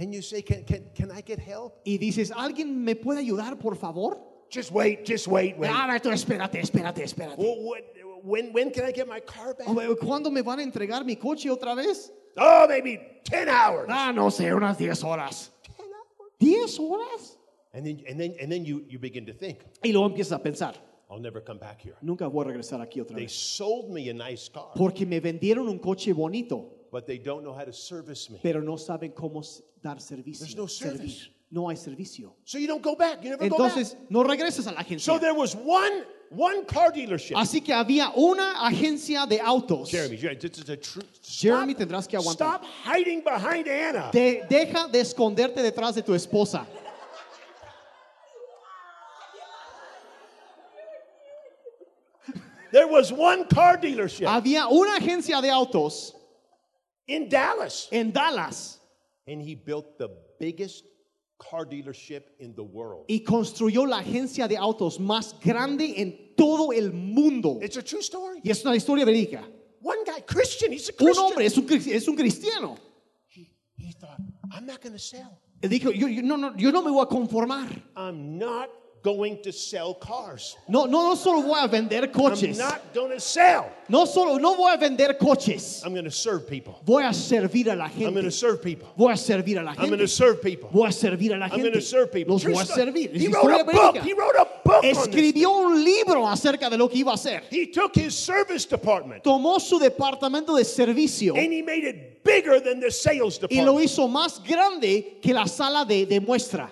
And you say, can, can, can I get help? y dices, ¿alguien me puede ayudar, por favor? Just wait, just wait, wait. A ver, tú espérate, espérate, espérate. Well, what- when, when can I get my car back? A ver, ¿Cuándo me van a entregar mi coche otra vez? Oh, maybe 10 hours. Ah, no sé, unas 10 horas. 10 hours. ¿10 horas? And then, and then, and then you, you begin to think, Y luego empiezas a pensar, I'll never come back here. nunca voy a regresar aquí otra They vez. sold me a nice car, Porque me vendieron un coche bonito. but they don't know how to service me. pero no saben cómo s- dar servicio. There's no service. Servir. No hay servicio. So you don't go back. You never go back. Entonces, no regresas a la agencia. So there was one, one car dealership. Así que había una agencia de autos. Jeremy, Jeremy, this is a true. Jeremy, stop, tendrás que aguantar. Stop hiding behind Anna. De- deja de esconderte detrás de tu esposa. There was one car dealership Había una agencia de autos in Dallas, en Dallas and he built the biggest car dealership in the world. y construyó la agencia de autos más grande en todo el mundo. It's a true story. Y es una historia verídica. One guy, Christian, he's a Un Christian. hombre es un, cri- es un cristiano. He, he thought, I'm not going to sell. Él Dijo, yo, yo- no, no, yo no me voy a conformar. I'm not going to sell cars. No, no, no solo voy a vender I'm coches. not going to sell. No solo no voy a vender coches, I'm going to serve people. voy a servir a la I'm going gente. to serve people. Voy a servir a la I'm going to gente. serve people. Voy a servir a la I'm going gente. to serve people. Los True voy a story. servir. Es He wrote historia a book. He verídica. wrote a book on this. Escribió un libro acerca de lo que iba a hacer. He took his service department Tomó su departamento de servicio and he made it bigger than the sales y lo department. hizo más grande que la sala de, de muestra.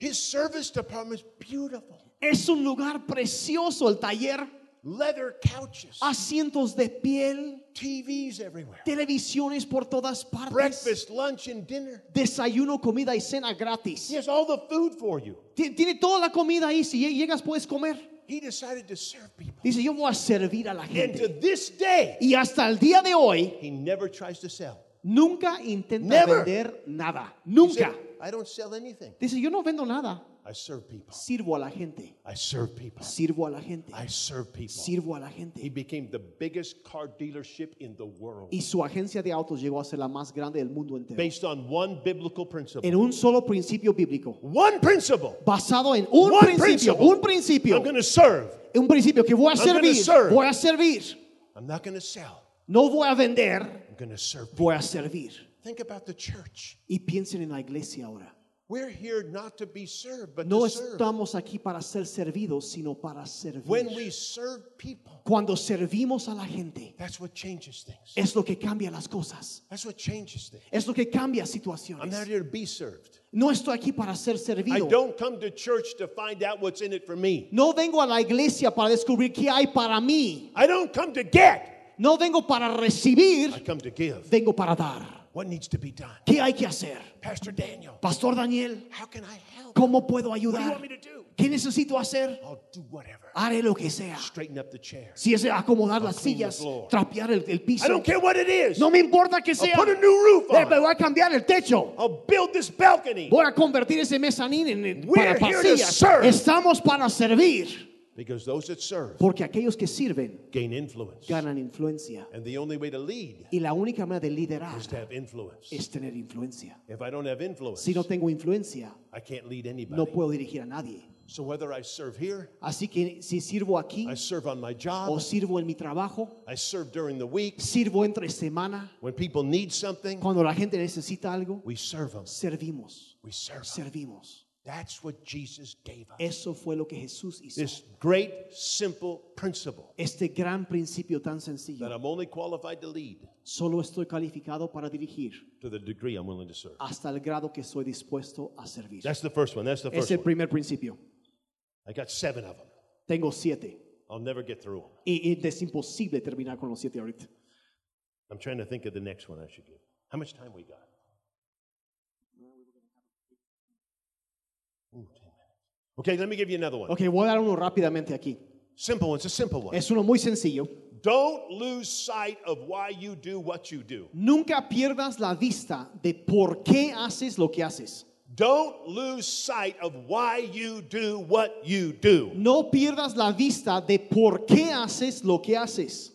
His service department's beautiful. Es un lugar precioso el taller. Leather couches, Asientos de piel, TVs everywhere. televisiones por todas partes. Breakfast, lunch, and dinner. Desayuno, comida y cena gratis. He has all the food for you. Ti- Tiene toda la comida ahí. Si lleg- llegas, puedes comer. He decided to serve people. Dice, yo voy a servir a la And to gente. this day, Y hasta el día de hoy, he never tries to sell. nunca intenta Never. vender nada. He said, Nunca. I don't sell anything. Dice, yo no vendo nada. I serve people. Sirvo a la gente. I serve people. Sirvo a la gente. I serve people. Sirvo a la He gente. became the biggest car dealership in the world Y su agencia de autos llegó a ser la más grande del mundo entero. based on one biblical principle. En un solo principio bíblico. One principle. Basado en un One principio. principle. Un principio. I'm going to serve. Un principio que voy a I'm gonna servir. serve. Voy a servir. I'm not going to sell. No voy a vender. I'm going to serve. Voy a servir. Think about the church. Y piensen en la iglesia ahora. We're here not to be served, but No to serve. estamos aquí para ser servidos, sino para servir. When we serve people, Cuando servimos a la gente, that's what changes things. es lo que cambia las cosas. That's what changes things. Es lo que cambia I'm not situaciones. here to be served. No estoy aquí para ser I servido. don't come to church to find out what's in it for me. No vengo a la iglesia para descubrir qué hay para mí. I don't come to get. No vengo para I recibir, come to give. vengo para dar. What needs to be done? ¿Qué hay que hacer? Pastor Daniel, Pastor Daniel, how can I help? ¿cómo puedo What do you want ayudar? me to do? ¿Qué necesito hacer? I'll do whatever. Haré lo que sea. Straighten up the chair. Si es acomodar las clean the sillas, floor. trapear el, el I piso. don't care what it is. No me importa que I'll sea. put a new roof Eh, pero on. voy a cambiar el techo. I'll build this balcony Voy a convertir ese mezanín en- en We're para here to pasillas. serve. Estamos para servir. because those that serve Porque aquellos que sirven gain influence. ganan influencia. And the only way to lead Y la única manera de liderar is to have influence. es tener influencia. If I don't have influence, Si no tengo influencia, I can't lead no anybody. puedo dirigir a nadie. So whether I serve here, Así que si sirvo aquí I serve on o my job, sirvo en mi trabajo, I serve during the week, sirvo entre semana, when people need something, cuando la gente necesita algo, we serve them. servimos, We serve them. servimos. That's what Jesus gave us. Eso fue lo que Jesús hizo. This great, simple principle Este gran principio tan that sencillo. I'm only qualified to lead Solo estoy calificado para dirigir. to the degree I'm willing to serve. hasta el grado que soy dispuesto a servir. That's the first one. That's the Es first el one. primer principio. I got seven of them. Tengo siete I'll never get through them. y, y es imposible terminar con los siete ahorita. I'm trying to think of the next one I should give. How much time we got? Ooh, 10 minutes. Okay, let me give you another one. Ok, voy a dar uno rápidamente aquí. Simple one. It's a simple one. Es uno muy sencillo. Don't lose sight of why you do what you do. Nunca pierdas la vista de por qué haces lo que haces. Don't lose sight of why you do what you do. No pierdas la vista de por qué haces lo que haces.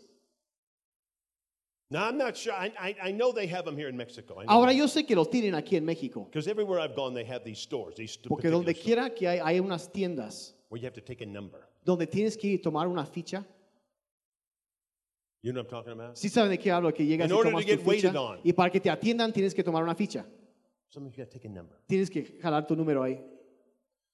Now, I'm not sure. I, I, I know they have them here in Mexico. Ahora yo sé que lo tienen aquí en México, Because everywhere I've gone, they have these stores, these st- porque particular donde stores, quiera que hay, hay unas tiendas where you have to take a number. donde tienes que ir y tomar una ficha. You know what I'm talking about? Si saben de qué hablo, que llegas In y order tomas to get tu ficha waited on. y para que te atiendan tienes que tomar una ficha. Some of you got to take a number. Tienes que jalar tu número ahí.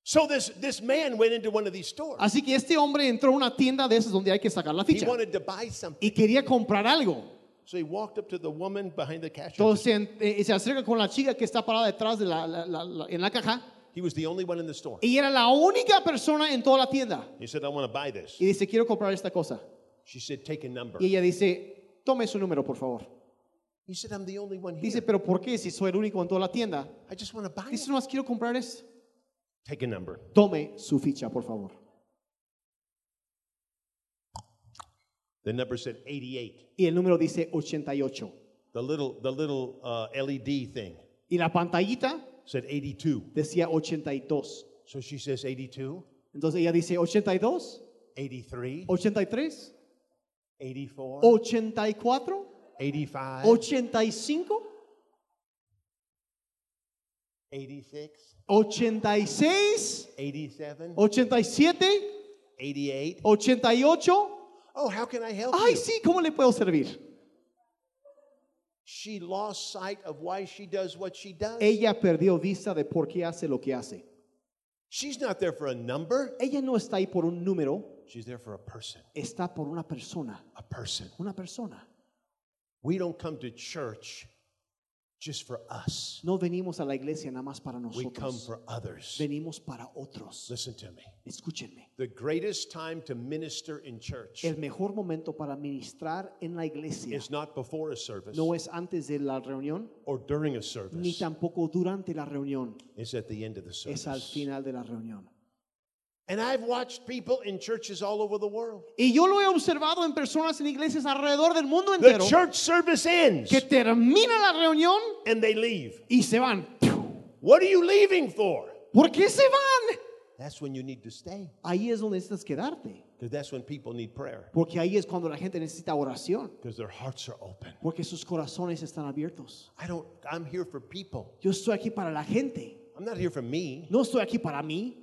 So this, this man went into one of these stores. Así que este hombre entró a una tienda de esas donde hay que sacar la He ficha wanted to buy something. y quería comprar algo. So he walked up to the woman behind the cash register. Entonces eh, se acerca con la chica que está parada detrás de la, la- la- la- en la caja He was the only one in the store. y era la única persona en toda la tienda. He said, I want to buy this. Y dice, quiero comprar esta cosa. She said, take a number. Y ella dice, tome su número, por favor. He said, I'm the only one here. Dice, pero ¿por qué si soy el único en toda la tienda? I just want to buy Dice, it. no más quiero comprar esto. Take a number. Tome su ficha, por favor. The number said 88. Y el número dice 88. The little, the little uh, LED thing Y la pantallita said 82. decía 82. So she says 82, Entonces ella dice 82, 83, 83. 84, 84, 85, 85, 86, 86, 87, 87, 88. 88. Oh, how can Oh. I help Ay, you? sí, ¿cómo le puedo servir? She lost sight of why she does what she does. Ella perdió vista de por qué hace lo que hace. She's not there for a number. Ella no está ahí por un número, She's there for a person. está por una persona, A person. una persona. We don't come to church just for us. No venimos a la iglesia nada más para We come nosotros, for others. venimos para otros. Listen to me. Escúchenme. The greatest time to minister in church El mejor momento para ministrar en la iglesia is not before a service no es antes de la reunión or during a ni service. tampoco durante la reunión, It's at the end of the es al service. final de la reunión. And I've watched people in churches all over the world. Y yo lo he observado en personas en iglesias alrededor del mundo The entero church service ends que termina la reunión and they leave. y se van. What are you leaving for? ¿Por qué se van? That's when you need to stay Ahí es donde necesitas quedarte, because that's when people need prayer porque ahí es cuando la gente necesita oración, because their hearts are open. porque sus corazones están abiertos. I don't, I'm here for people. Yo estoy aquí para la gente, I'm not here for me. no estoy aquí para mí.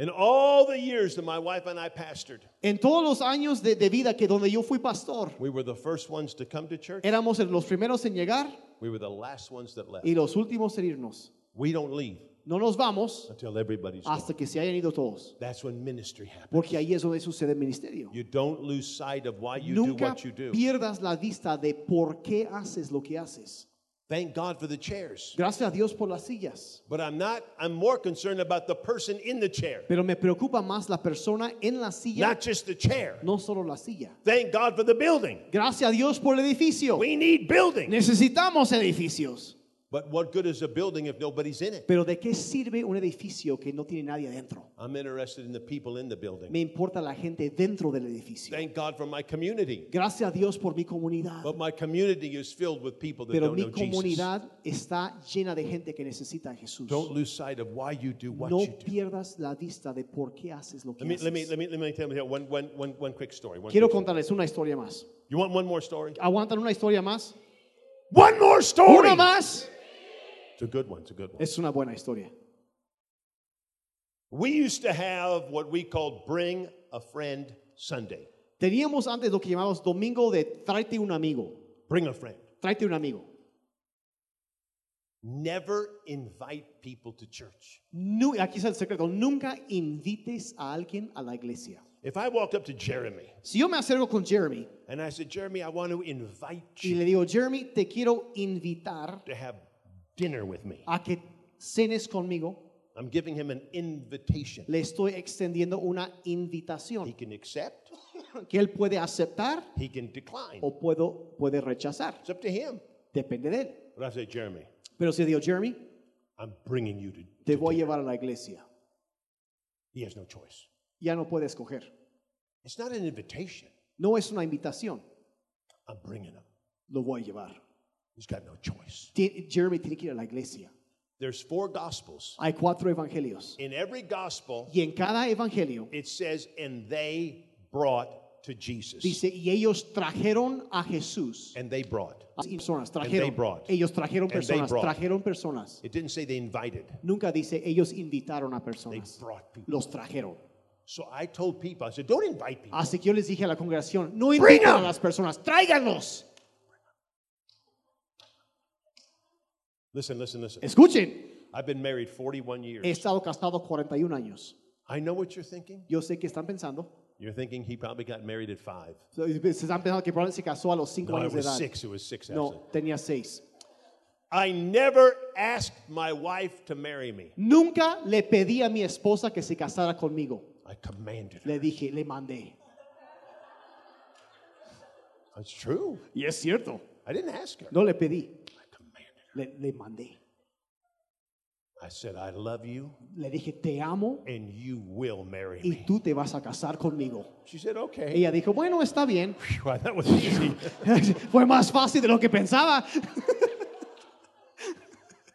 In all the years that my wife and I pastored, En todos los años de, de vida que donde yo fui pastor, we were the first ones to come to church. éramos los primeros en llegar We were the last ones that left. y los últimos en irnos. We don't leave. No nos vamos until everybody's gone. hasta que se hayan ido todos. That's when ministry happens. Porque ahí es donde sucede el ministerio. You don't lose sight of why you do Nunca what you do. pierdas la vista de por qué haces lo que haces. Thank God for the chairs. Gracias a Dios por las sillas. But I'm not, I'm more concerned about the person in the chair, Pero me preocupa más la persona en la silla, not just the chair. no solo la silla. Thank God for the building. Gracias a Dios por el edificio. We need building. Necesitamos edificios. But what good is a building if nobody's in it? Pero ¿de qué sirve un edificio que no tiene nadie adentro? I'm interested in the people in the building. Me importa la gente dentro del edificio. Thank God for my community. Gracias a Dios por mi comunidad. But my community is filled with people that Pero don't mi know Jesus. comunidad está llena de gente que necesita a Jesús. Don't lose sight of why you do what No you do. pierdas la vista de por qué haces lo que Let me, let me, haces. let me, let me tell you one, one, one, one quick story. One Quiero quick- contarles una historia más. you want one more story? ¿Aguantan una historia más? One more story! ¿Una más? It's a good one. It's a good one. Es una buena historia. We used to have what we called Bring a Friend Sunday. Teníamos antes lo que llamábamos domingo de tráete un amigo. Bring a friend. Tráete un amigo. Never invite people to church. Nu- aquí está el secreto. Nunca invites a alguien a la iglesia. If I walked up to Jeremy Si yo me acerco con Jeremy and I said, Jeremy, I want to invite y you le digo, Jeremy, te quiero invitar to have dinner with me, a que cenes conmigo, I'm giving him an invitation. le estoy extendiendo una He invitación can accept, que él puede aceptar he can decline. o puedo, puede rechazar. It's up to him. Depende de él. But I say, Jeremy, Pero si le digo, Jeremy, I'm bringing you to. te to voy a dinner." llevar a la iglesia. He has no choice. Ya no puede escoger. It's not an invitation. No es una invitación. I'm bringing him. Lo voy a llevar. He's got no choice. Ti- Jeremy tiene que ir a la iglesia. There's four gospels. Hay cuatro evangelios. In every gospel, Y en cada evangelio it says, and they brought to Jesus. dice, y ellos trajeron a Jesús. And they brought. Y personas, they trajeron. brought. Ellos trajeron And they personas, brought. trajeron personas. It didn't say they invited, Nunca dice, ellos invitaron a they personas. brought people. Los trajeron. So I told people, I said, don't invite people. Así que yo les dije a la congregación, no Bring inviten a them. las personas, tráiganlos. Listen, listen, listen. Escuchen, I've been married 41 years. he estado casado 41 años. I know what you're thinking. Yo sé que están pensando, You're thinking he probably got married at five. se están pensando que probablemente se casó a los 5 No, it años de was edad. six. It was six, actually. No, tenía 6. I never asked my wife to marry me. Nunca le pedí a mi esposa que se casara conmigo. I commanded her. Le dije, le mandé. That's true. Y es cierto. I didn't ask her. No le pedí, I commanded her. le, le mandé. I said, I love you Le dije, te amo and you will marry y me. tú te vas a casar conmigo. She said, okay. Ella dijo, bueno, está bien. <laughs> <laughs> Wow, that was easy. Fue más fácil de lo que pensaba.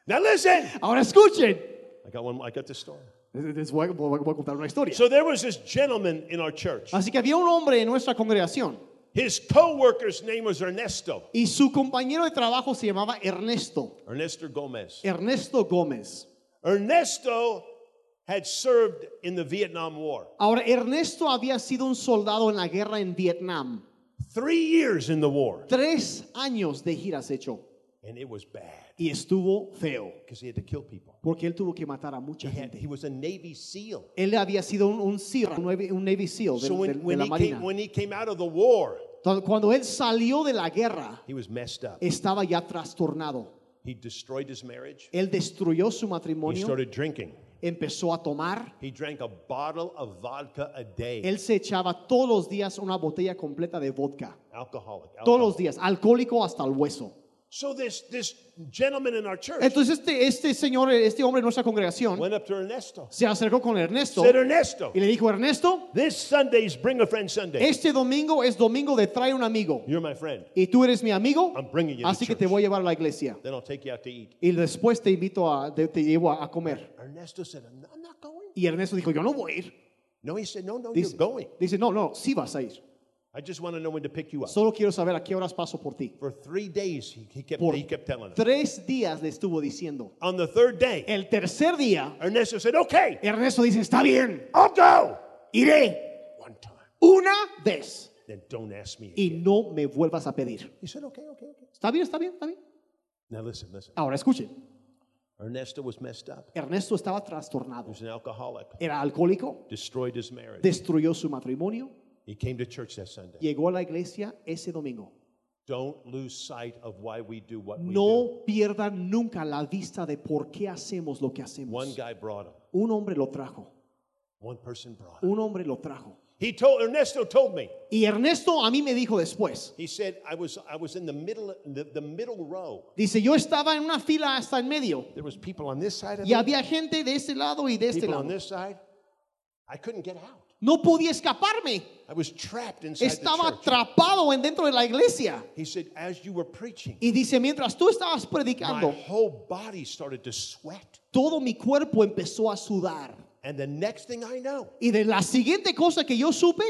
now listen. Ahora escuchen. I got one. I got this story. Les voy, a- voy a contar una historia. So there was this gentleman in our church. Así que había un hombre en nuestra congregación His co-worker's name was Ernesto. y su compañero de trabajo se llamaba Ernesto, Ernesto Gomez. Ernesto Gómez. Ernesto had served in the Vietnam War. Ahora, Ernesto había sido un soldado en la guerra en Vietnam. Three years in the war. Tres años de giras hecho And it was bad y estuvo feo because he had to kill people. porque él tuvo que matar a mucha He, had- gente. he was a Navy SEAL. Él había sido un, un SEAL, un Navy, un Navy SEAL de, So de- when, de when, la he came, Marina. when he came out of the war, Entonces, cuando él salió de la guerra, he was messed up. estaba ya trastornado. He destroyed his marriage. Él destruyó su He matrimonio, started drinking. empezó a tomar. He drank a bottle of vodka a day. Él se echaba todos los días una botella completa de vodka. Alcoholic. Todos los alcohol. días, alcohólico hasta el hueso. So this, this gentleman in our church Entonces este, este señor, este hombre de nuestra congregación, went up to Ernesto. se acercó con Ernesto Said, Ernesto, y le dijo, Ernesto, this Sunday's Bring a Friend Sunday. este domingo es domingo de trae un amigo. You're my friend. Y tú eres mi amigo, I'm bringing you to así que church. te voy a llevar a la iglesia. Then I'll take you out to eat. Y después te invito a, te, te llevo a, a comer. Ernesto said, I'm not- I'm not going. Y Ernesto dijo, yo no voy a ir. No, he said, no, no, Dice, you're going. dice, no, no, sí vas a ir. I just want to know when to pick you up. Solo quiero saber a qué horas paso por ti. For three days, he, he kept, Por he kept telling us. tres días le estuvo diciendo. On the third day, El tercer día, Ernesto said, okay, Ernesto dice, está bien, I'll go. iré One time. una vez Then don't ask me. y no me vuelvas a pedir. He said, okay, okay, okay. Está bien, está bien, está bien. Now listen, listen. Ahora escuchen. Ernesto was messed up. Ernesto estaba He trastornado. was an alcoholic, Era alcohólico, destroyed his marriage. destruyó su matrimonio, He came to church that Sunday. llegó a la iglesia ese domingo. Don't lose sight of why we do what we do. No pierdan nunca la vista de por qué hacemos lo que One hacemos. guy brought him. Un hombre lo trajo, One person brought him. un hombre lo trajo. He told Ernesto told me. Y Ernesto a mí me dijo después, He said I was I was in the middle the, the middle row. dice, yo estaba en una fila hasta en medio There was people on this side of y me, había gente de este lado y de este people on lado. this side. I couldn't get out. No podía escaparme, I was trapped inside estaba the church. atrapado en dentro de la iglesia. He said as you were preaching, Y dice, mientras tú estabas my predicando, whole body started to sweat. todo mi cuerpo empezó a sudar. And the next thing I know, Y de la siguiente cosa que yo supe,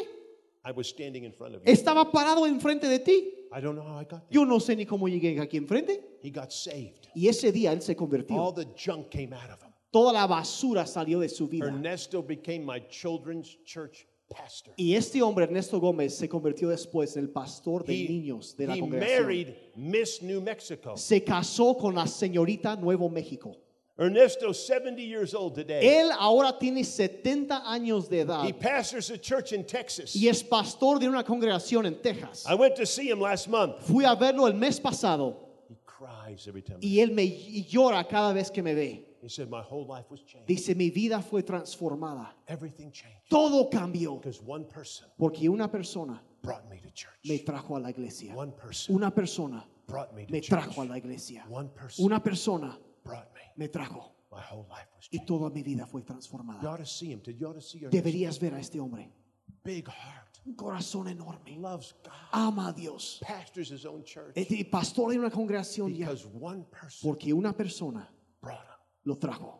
I was standing in front of you. estaba parado enfrente de ti. I don't know how I got there. Yo no sé ni cómo llegué aquí enfrente. He got saved. Y ese día él se All convirtió. the junk came out of him. Toda la basura salió de su vida. Ernesto became my children's church pastor. Y este hombre, Ernesto Gómez, se convirtió después en el pastor de He- niños de la he congregación. married Miss New Mexico. Se casó con la señorita Nuevo México. Ernesto, 70 years old today. Él ahora tiene 70 años de edad He pastors a church in Texas. y es pastor de una congregación en Texas. I went to see him last month. Fui a verlo el mes pasado He cries every time. y él me y llora cada vez que me ve. He said, My whole life was changed. Dice, mi vida fue transformada. Everything changed Todo cambió. because one person Porque una persona brought me to me church. trajo a la iglesia. One person Una persona brought me to me church. trajo a la iglesia. One person Una persona brought me. me trajo. My whole life was Y changed. toda mi vida fue You transformada. ought to see him. Did you ought to see Ernesto? Deberías ver a este hombre. Big heart. Un corazón enorme. Loves God. Ama a Dios. Pastors his own church Es de- pastor de una congregación ya. because one person Porque una persona brought him. lo trajo.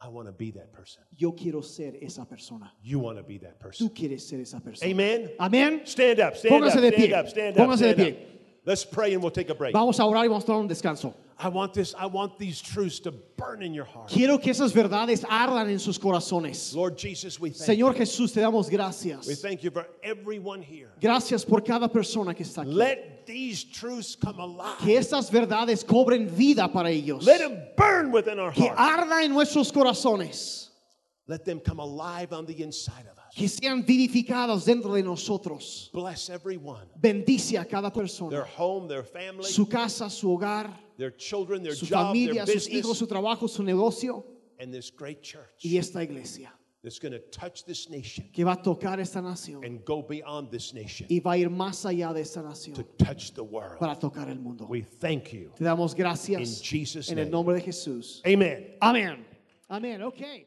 I want to be that person. Yo quiero ser esa persona. You want to be that person. Tú quieres ser esa persona. Amen. Amén. Stand up, stand Póngase up, de stand pie. up, stand up, Póngase stand de up. pie. Let's pray and we'll take a break. Vamos a orar y vamos a tomar un descanso. I want this, I want these truths to burn in your heart. Quiero que esas verdades ardan en sus corazones. Lord Jesus, we thank you. Señor Jesús, te damos We gracias. thank you for everyone here. Gracias por cada persona que está aquí. Let these truths come alive. Que esas verdades cobren vida para ellos. Let them burn within our Que heart. arda en nuestros corazones. Let them come alive on the inside of us. Que sean vivificados dentro de nosotros. Bless everyone. Bendice a cada Their persona. home, their family, Su casa, su hogar, their children, their su job, their familia, sus hijos, business, su trabajo, su negocio and this great church y esta iglesia. that's going to touch this nation Que va a tocar esta nación and go beyond this nation y va a ir más allá de esta to nación touch the world. para tocar el mundo. We thank you Te damos in gracias Jesus' en el name. nombre de Jesús. Amen. Amén. Amén. Okay.